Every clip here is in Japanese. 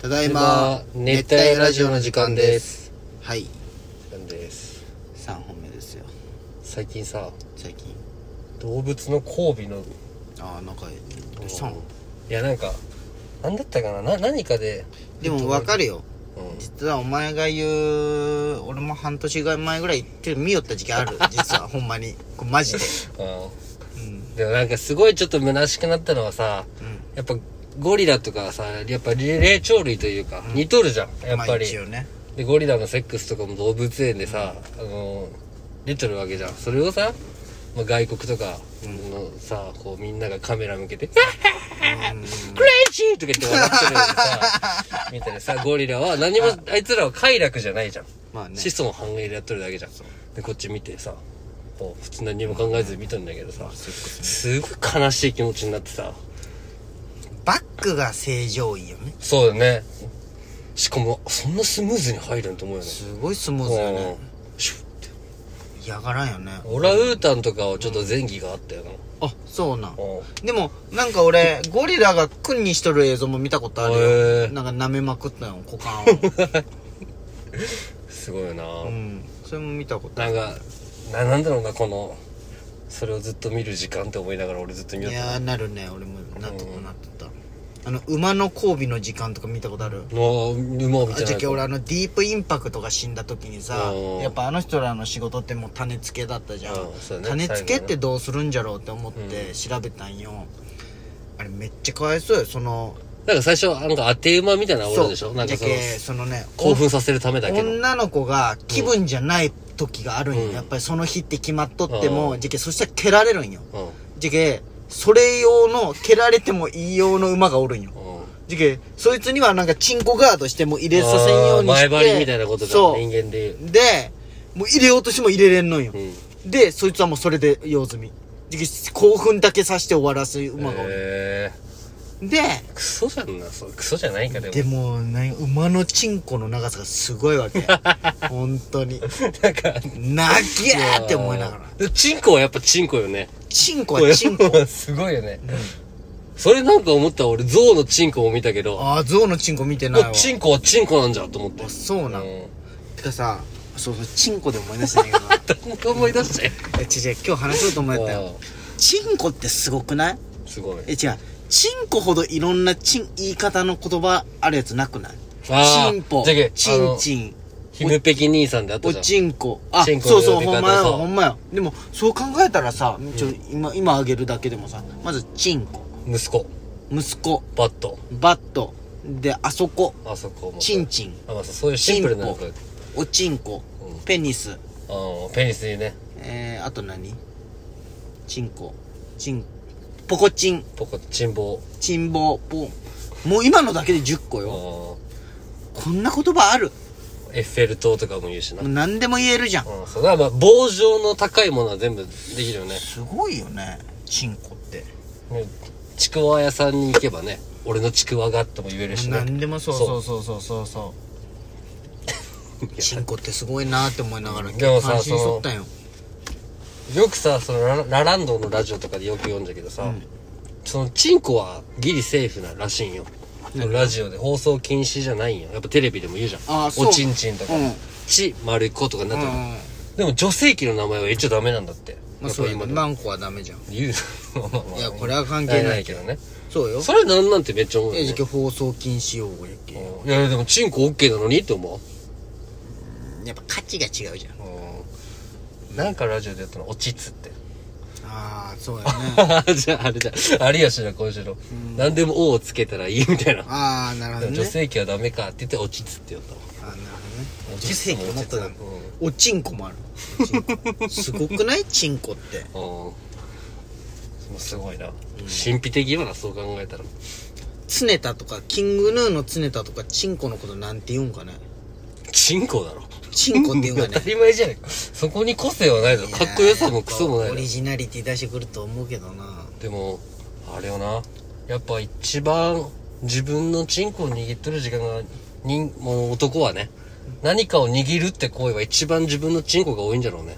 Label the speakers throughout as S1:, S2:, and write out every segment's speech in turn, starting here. S1: ただいま
S2: 熱帯ラジオの時間です
S1: はい
S2: 時間です
S1: 3本目ですよ
S2: 最近さ
S1: 最近
S2: 動物の交尾の
S1: ああなんかどうしたの
S2: いやなんか何だったかなな何かで
S1: でも分かるよ
S2: うん
S1: 実はお前が言う俺も半年前ぐらい言って見よった時期あ る実はほんまにこれマジで
S2: あ
S1: うん
S2: ーでもなんかすごいちょっと虚しくなったのはさ
S1: うん
S2: やっぱゴリラとかさやっぱ霊霊長類というか、似とるじゃん やっ
S1: まあ
S2: ぱり
S1: 一応ね
S2: でゴリラのセックスとかも動物園でさ、あの出てるわけじゃんそれをさ、まあ、外国とかのさ、こうみんながカメラ向けて「クレイジー!」とか言って笑ってるのにさみたいなさゴリラは何もあいつらは快楽じゃないじゃん、
S1: まあね
S2: 子孫繁栄でやっとるだけじゃんでこっち見てさこう普通何も考えず見とるんだけどさ、すごい悲しい気持ちになってさ
S1: バックが正常位よね
S2: そうだねしかもそんなスムーズに入るんと思うよね
S1: すごいスムーズよね
S2: うんシュッて
S1: 嫌がらんよね
S2: オランウータンとかはちょっと前戯があったよな。
S1: あそうなん
S2: うん。
S1: でもなんか俺ゴリラが訓にしとる映像も見たことある
S2: へ
S1: よ
S2: ー
S1: なんか舐めまくったよ股間を
S2: すごいよな。
S1: うんそれも見たことあ
S2: な
S1: る
S2: んか、な、なんだろうな、この、それをずっと見る時間って思いながら俺ずっと見よ
S1: いうやーなるね俺もなんとかなってたあの馬の交尾の時間とか見たことある
S2: の、馬を見
S1: あ
S2: て
S1: じ
S2: な
S1: ゃ
S2: い
S1: あ俺あのディープインパクトが死んだ時にさ
S2: うん
S1: やっぱあの人らの仕事ってもう種付けだったじゃん、
S2: うんそうだね
S1: 種付けってどうするんじゃろうって思って調べたんよ、あれめっちゃかわいそうよその
S2: なんか最初、なんか当て馬みたいなのおるでしょ
S1: そう
S2: なんか
S1: じ
S2: そ
S1: ゃ
S2: の、
S1: けそのね
S2: 興奮させるためだけの。
S1: 女の子が気分じゃない時があるんよ、
S2: うん
S1: やっぱりその日って決まっとって
S2: う
S1: もじゃけそしたら蹴られるんよ
S2: うん。
S1: じゃけそれ用の蹴られてもいい用の馬がおるんよ
S2: うん。
S1: じゃけそいつにはなんかチンコガードしてもう入れさせんようにして
S2: あー前張りみたいなことだ
S1: そ
S2: 人
S1: う
S2: 間で言
S1: でもう入れようとしても入れれんのんよ
S2: う。う、ん。
S1: でそいつはもうそれで用済みじゃけ興奮だけさして終わらす馬がおる、
S2: え
S1: で
S2: ー、クソじゃんな、そう。クソじゃないか、でも。
S1: でもなんか馬のチンコの長さがすごいわ け本当に
S2: なんか、
S1: なぎゃーって思いながら
S2: で。チンコはやっぱチンコよね。
S1: チンコはチンコ。
S2: コ。すごいよね。それなんか思った俺、象のチンコを見たけど、
S1: ああ、象のチンコ見てないわ
S2: あ。チンコはチンコなんじゃと思って
S1: あ。そうな。
S2: うんん
S1: てかさ、そうそう、チンコで思い出したん だけどな。
S2: 誰も思い出して。
S1: え、違う違う、今日話そうと思ったよ。チンコってすごくない
S2: すごい。
S1: え、違う。チンコほどいろんなチン、言い方の言葉あるやつなくない
S2: あー
S1: チンポ
S2: じゃけ、
S1: チンチン、
S2: ひむぺき兄さんであった
S1: お
S2: じゃん。
S1: ちんこ。あ、
S2: チンコ
S1: そ
S2: の
S1: うそう、
S2: 呼び方
S1: ほんまよ、
S2: そう
S1: ほんまよ。でも、そう考えたらさ、ちょ、今、今あげるだけでもさ、まず、チンコ、
S2: 息子、
S1: 息子、
S2: バット、
S1: バット、で、あそこ、
S2: あそこも。
S1: チンチン。
S2: あ、まあ、そういうシンプルなのか。
S1: チンおちんこ、
S2: うん
S1: ペニス、
S2: うん、ペニスにね、
S1: えー、あと何チンコ、チン、ポコチン、
S2: ポコ、チンボ
S1: チンボー、ポン。もう今のだけで10個
S2: ウ、
S1: よ。
S2: う
S1: こんな言葉ある。
S2: んエッフェル塔とかも言うしな。
S1: も
S2: う、
S1: うん何でも言えるじゃん。
S2: そうだからまあ、棒状の高いものは全部できるよね。
S1: すごいよね、チンコって。
S2: ねちくわ屋さんに行けばね、俺のちくわがとも言えるしね。
S1: 何でもそう
S2: そ
S1: そうそうそうそう そう。チンコってすごいなって思いながら、
S2: でもさ
S1: 関心そったんよ。
S2: よくさそのララランドのラジオとかでよく読んだけどさ、そのチンコはギリセーフならしいんよそのラジオで放送禁止じゃないんよやっぱテレビでも言うじゃん
S1: あーそう
S2: おちんちんとか、
S1: うん
S2: ち丸っことかにな
S1: う
S2: っ
S1: ん
S2: てる、
S1: うん。
S2: でも女性器の名前は言っちゃダメなんだって
S1: まあそう
S2: や
S1: だ
S2: っぱ
S1: ね。
S2: 今
S1: 何個はダメじゃん。
S2: 言う まあまあ
S1: いやこれは関係ない
S2: ないけどね
S1: そうよ。
S2: それなんなんてめっちゃ思うよ、
S1: えじ
S2: ね
S1: ゃけ放送禁止用語やっけ。
S2: うんいやでもチンコ OK なのにって思う
S1: やっぱ価値が違うじゃん。
S2: うんなんかラジオでやったの「落ちつ」って
S1: ああ、そうやね。
S2: じゃああれじゃん有吉の小次郎何でも「王をつけたらいいみたいな
S1: ああ、なるほどね。
S2: 女性器はダメかって言って落ちつって言ったわ
S1: あなるほどね
S2: 落
S1: 女
S2: ち
S1: 性
S2: 着
S1: 器
S2: も
S1: もっとだ
S2: 落ち着
S1: おちんこもあるすごくないちんこって
S2: うんもうすごいな、神秘的よなそう考えたら
S1: 常田とかキングヌーの常田とかちんこのことなんて言うんかね
S2: チンコだろ
S1: ちんこって言うんか
S2: 当
S1: ね
S2: たり前じゃない かそこに個性はないだろかっこよさもクソもない
S1: や
S2: だ
S1: オ
S2: ろ
S1: リジナリティ出してくると思うけどな
S2: でもあれよなやっぱ一番自分のチンコを握っとる時間が人もう男はね何かを握るって行為は一番自分のチンコが多いんじゃろうね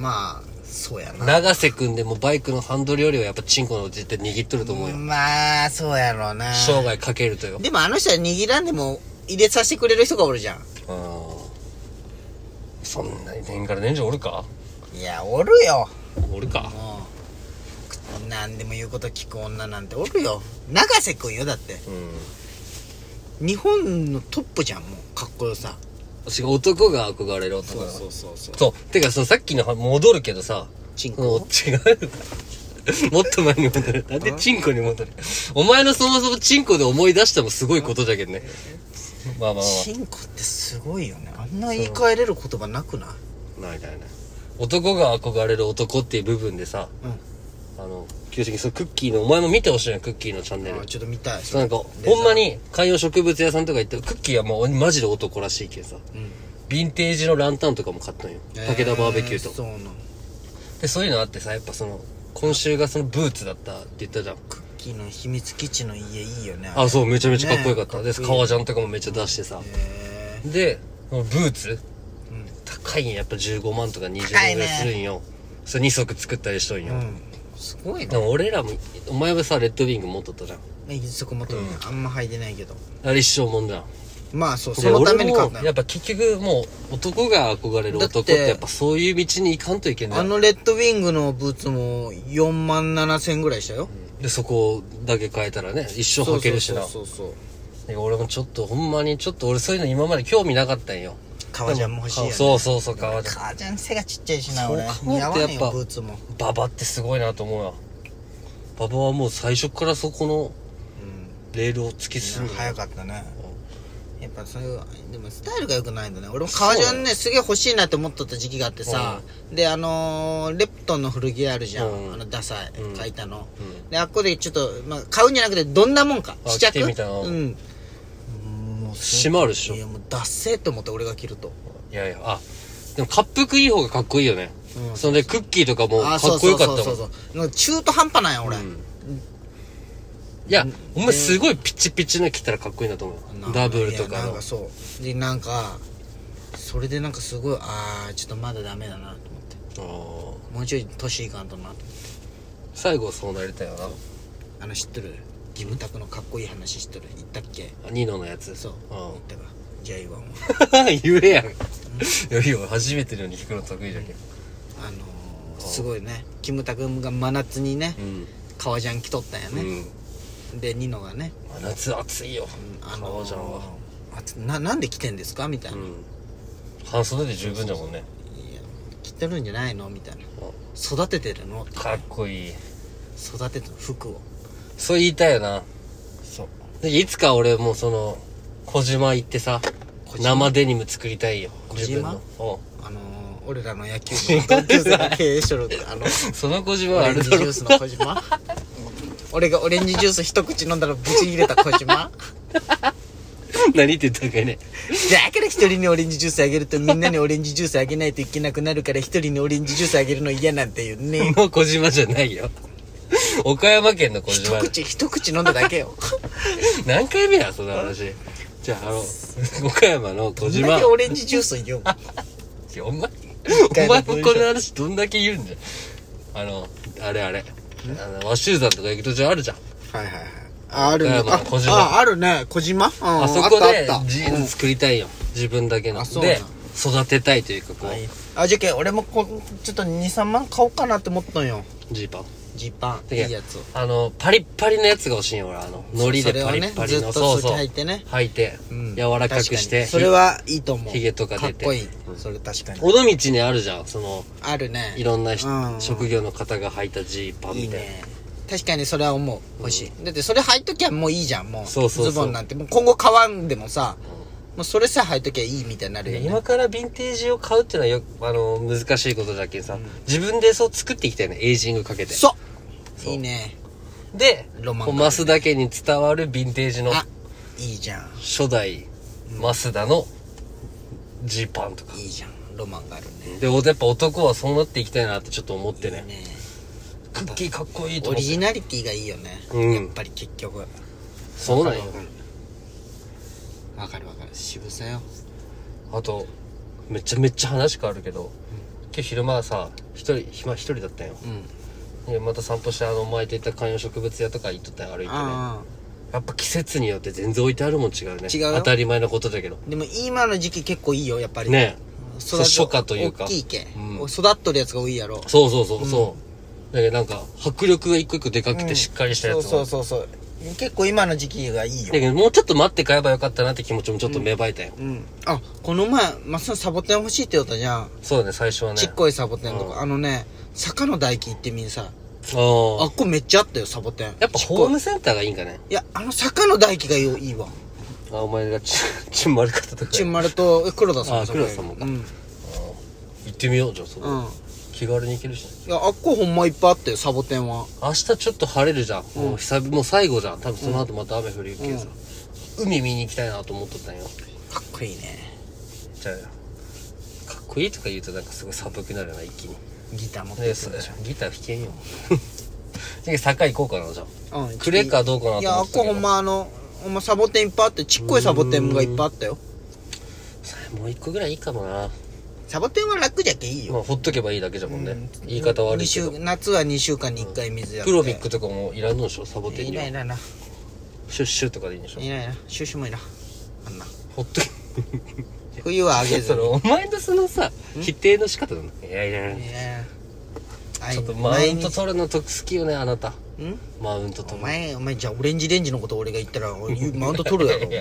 S1: まあそうやな
S2: 長瀬くんでもバイクのハンドルよりはやっぱチンコの絶対握っとると思うよ。
S1: まあそうやろうな
S2: 生涯かけるとよ。
S1: でもあの人は握らんでも入れさせてくれる人がおるじゃん
S2: うんそんなに年から年中おるか
S1: いやおるよ
S2: おるか。
S1: もう何でも言うこと聞く女なんておるよ永瀬君よだって
S2: うん。
S1: 日本のトップじゃんもうかっこよさ
S2: 私男が憧れる男だ
S1: うそうそう
S2: そう。てか、そのさっきのは戻るけどさ。
S1: チンコ
S2: もう違 う。もっと前に戻る。なんでチンコに戻るお前のそもそもチンコで思い出したもすごいことじゃけんね。まあまあま
S1: チンコってすごいよねあんな言い換えれる言葉なくない
S2: あ。ないないない。男が憧れる男っていう部分でさ、
S1: う
S2: あの、清志君、そのクッキーの、お前も見てほしいやん、クッキーのチャンネル
S1: んあ。ちょっと見たい
S2: そうなんか、ほんまに観葉植物屋さんとか行って、クッキーはもうマジで男らしいけんさ。
S1: うん
S2: ヴィンテージのランタンとかも買ったんよ。武田バーベキュー
S1: え
S2: と。
S1: そうなの
S2: で、そういうのあってさ、やっぱその、今週がそのブーツだったって言ったじゃん。
S1: クッキーの秘密基地の家いいよね
S2: あ、そう、めちゃめちゃかっこよかっ
S1: ね
S2: た。
S1: え
S2: で、
S1: かっこいい
S2: 革ジャンとかもめっちゃ出してさ。
S1: へ
S2: で、ブーツ
S1: うん
S2: 高いんや、やっぱ15万とか20万ぐ
S1: 高
S2: ら
S1: い
S2: い
S1: ね
S2: するんよ。それ2足作ったりしとん
S1: え
S2: よ。
S1: うんすごい
S2: で
S1: な
S2: も俺らも、お前はさ、レッドウィング持っとったじゃん。
S1: えそこもとあんま履いてないけど
S2: あれ一生もんだよ。
S1: まあそうそ
S2: で
S1: のた
S2: 俺
S1: めに買ったん
S2: も、や
S1: や
S2: っぱ結局もう、男が憧れる男っ
S1: だって
S2: てやっぱそういう道に行かんといけな
S1: あ
S2: い。
S1: のレッドウィングのブーツも4万7千ぐらいしたよ
S2: で、そこだけ変えたらね、一生履けるしな。
S1: そうそうそうそう
S2: で俺もちょっと、ほんまにちょっと俺そういうの今まで興味なかったんよ。
S1: 革ジャンも欲しいよね
S2: そうそうそう、革ジャン。
S1: 母ちゃん背がちっちゃいしな
S2: そう
S1: 俺
S2: か
S1: 似合わ
S2: やっ
S1: ねえ
S2: ぱ
S1: よブーツも
S2: ババってすごいなと思うわ。ババはもう最初からそこの
S1: うん
S2: レールを突き進む。
S1: 早かったねやっぱそういうでもスタイルが良くないんだね俺も革ジャンねすげえ欲しいなって思っとった時期があってさ、であのーレプトンの古着あるじゃん、
S2: うん
S1: あのダサい、
S2: うん
S1: 書いたの、
S2: う
S1: であっこでちょっと、まあ、買うんじゃなくてどんなもんか
S2: あ
S1: 試着
S2: 着てみたの
S1: うんもう
S2: 閉まるっしょ
S1: いやもうダッセーと思って俺が着ると
S2: いやいや、あ、でも、滑覆いい方がかっこいいよね。
S1: うん
S2: それで、クッキーとかもか
S1: あ
S2: っ
S1: そう
S2: こ
S1: そ
S2: よ
S1: う
S2: か
S1: そ
S2: っ
S1: う
S2: た
S1: そ
S2: も。
S1: うんそうなんか中途半端なんや俺、
S2: うんいや、お前すごいピチピチの着たらかっこいいなと思
S1: なん
S2: う。ダブルと
S1: いや
S2: か
S1: なん
S2: の
S1: か。そうでなんかそれでなんかすごいああちょっとまだダメだなと思って
S2: あー
S1: もうちょい年いかんとなと思って
S2: 最後そうなりたいよな。
S1: あの知っとるキムタクのかっこいい話知っとる言ったっけ
S2: あニノのやつ。
S1: そう言ったかじゃあ言わん わ
S2: ん。言えやん。いや、いいよ。初めてのように弾くの得意じゃけん。
S1: あのー、すごいねキムタクが真夏にね
S2: うん。
S1: 革ジャン着とったんや
S2: う
S1: ね、
S2: ん。
S1: でニノがね、
S2: 真夏暑いよ。
S1: あの
S2: 革ジャンは
S1: あつななんで着てんですかみたいな、
S2: う
S1: い
S2: ん。半袖で十分だもんね。
S1: や着てるんじゃないのみたいな育ててるの
S2: かっこいい。
S1: 育ててる服を
S2: そう言いたいよな。
S1: そう
S2: でいつか俺もその、小島行ってさ、生デニム作りたいよ。
S1: 小
S2: 自分の
S1: 島
S2: う
S1: あのー、俺らの野球部の同級生が経営しとるあの
S2: ん。その小島
S1: オ
S2: は あ
S1: レン
S2: れ
S1: ジジ
S2: だ
S1: ュ
S2: ろ
S1: ー。スの小島俺がオレンジジュース一口飲んだらブチ切れた小島
S2: 何言ってたっけね。
S1: だから一人にオレンジジュースあげるとみんなにオレンジジュースあげないといけなくなるから一人にオレンジジュースあげるの嫌なんていうね
S2: もう小島じゃない よ。岡山県の小
S1: 一
S2: 島。
S1: 口一口飲んだだけよ
S2: 何回目や、その話。じゃあ、あ の、岡山の小
S1: どん
S2: 島。
S1: だ
S2: い
S1: けオレンジジュースを言う
S2: やお前、
S1: 回
S2: お
S1: の
S2: 前
S1: 文
S2: も
S1: 章
S2: この話どんだけ言うんじゃん。あの、あれあれ。あの、和州山とか行く途中あるじゃん。
S1: はいはいはいああるねあ
S2: 岡山の小島
S1: ああるね小島、うん、
S2: あそこで
S1: あったあった
S2: ジ
S1: う
S2: ーン
S1: ん
S2: ズ作りたいよ。自分だけの
S1: あ。そうなん
S2: で、育てたいというか、こ、
S1: はいうあじゃけ俺もこちょっと23万買おうかなって思ったんよ
S2: ジーパン。
S1: ジーパンい
S2: いや
S1: いやつを
S2: あの、パリッパリのやつが欲しいよ、俺。あの、海苔でパリッパリの。
S1: それをね
S2: そう
S1: ずっ
S2: そ
S1: と
S2: う。
S1: 履いてね
S2: 履いて
S1: うん、
S2: 柔らかくし
S1: 確に
S2: て。
S1: それはいいと思う
S2: ひげとか出て
S1: かっこいいそれ確かに
S2: 尾道にあるじゃん、その、
S1: あるね
S2: いろんなひ
S1: うん
S2: 職業の方が履いたジーパン
S1: いい
S2: みたいな。
S1: ね確かにそれは思う欲しい、だってそれ履いときゃもういいじゃんもう
S2: そうそうそう
S1: ズボンなんてもう今後買わんでもさ、もうそれさえ履いときゃいいみたいになるよね
S2: 今からヴィンテージを買うっていうのはよ、あの、難しいことだけどさ、自分でそう作っていきたいね、エイジングかけて。
S1: そう
S2: そう
S1: いいね
S2: で、
S1: ロマン
S2: こうマスだけに伝わるヴィンテージの
S1: あいいじゃん
S2: 初代マスダのジーパンとか。
S1: いいじゃんロマンがあるね
S2: で、おやっぱ男はそうなっていきたいなってちょっと思ってね。
S1: ね
S2: クッキーかっこいい
S1: オ
S2: と思っ
S1: リ
S2: て。
S1: ジナリティがいいよね、
S2: うん
S1: やっぱり結局わ
S2: そうなんよ。
S1: かるわかる渋さよ
S2: あと、めちゃめちゃ話変わるけど、今日昼間さ一人暇一人だったんよ
S1: うん
S2: でまた散歩してあの巻いていった観葉植物屋とか行っとったんよ歩いてね
S1: あ
S2: やっぱ季節によって全然置いてあるもん違うね
S1: 違うよ
S2: 当たり前のことだけど
S1: あでも今の時期結構いいよやっぱり
S2: ね
S1: 育
S2: そう初夏というか
S1: 大きいけ、
S2: うん
S1: 育っとるやつが多いやろ
S2: そうそうそうそう、だけどなんか迫力が一個一個でかくてしっかりしたやつ、
S1: そうそうそうそう結構今の時期がいいよ
S2: だけどもうちょっと待って買えばよかったなって気持ちもちょっと芽生えたよ、
S1: うんあこの前マスのサボテン欲しいって言ったじゃん、
S2: そうだね最初はね
S1: ちっこいサボテンとか、
S2: う
S1: あのね坂の台木行ってみるさあ
S2: ああ
S1: っこめっちゃあったよサボテン
S2: やっぱ
S1: ちこい
S2: ホームセンターがいいんかね
S1: いやあの坂の台木がよいいわ
S2: あお前がち ちんまるかったとか
S1: ちんまるとえ黒田さん
S2: あ黒田さんもか
S1: うん、
S2: 行ってみようじゃあそこ、
S1: うん、
S2: 気軽に行けるし、ね、
S1: いやあっこほんまいっぱいあったよサボテンは
S2: 明日ちょっと晴れるじゃん、もう久々もう最後じゃん多分その後また雨降るけどさ、海見に行きたいなと思っとったんよ
S1: かっこいいね
S2: じゃあかっこいいとか言うとなんかすごい寒くなるよな一気に
S1: ギター持って
S2: で
S1: き
S2: そ
S1: てる
S2: う
S1: でしょ
S2: ギター弾けんよ で坂行こうかなじゃあ
S1: うん
S2: くれかどうかなと思って
S1: いやあ
S2: た
S1: っ
S2: けど
S1: こほんまあのほんまサボテンいっぱいあってちっこいサボテンがいっぱいあったよ
S2: それもう一個ぐらいいいかもな
S1: サボテンは楽じゃけいいよ
S2: まあほっとけばいいだけじゃもんね、
S1: うん
S2: 言い方悪いけど
S1: 二週夏は2週間に1回水やって
S2: プロビックとかもいらんのでしょサボテン
S1: い
S2: には
S1: ないいないな
S2: シュッシュとかでいいんでしょ
S1: いないなシュシュもいいなあんな
S2: ほっとけ
S1: 冬はあげず
S2: そ
S1: に
S2: のお前のそのさ否定の仕方だないやいやいや
S1: いやいやあい
S2: ちょっとマウント取るの得好きよねあなた
S1: ん
S2: マウント取
S1: お
S2: る
S1: 前お前じゃあオレンジレンジのこと俺が言ったらおいマウント取るやろお前い
S2: い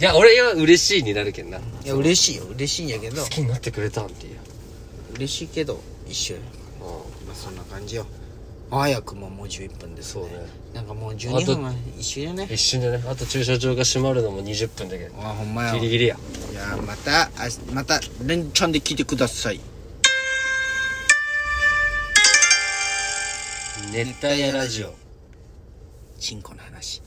S2: や俺は嬉しいになるけんな好
S1: や嬉しいよ嬉しいんやけど
S2: きになってくれたんっていう、
S1: 嬉しいけど一緒や
S2: う
S1: まあそんな感じよ早くももう11分ですね
S2: そうね
S1: なんかもう12分は一緒やね
S2: ん、一瞬でねあと駐車場が閉まるのも20分だけど
S1: あほんまや
S2: ギリギリや
S1: じゃあまたあしまた連チャンで聞いてください
S2: 熱帯夜ラジオ
S1: チンコの話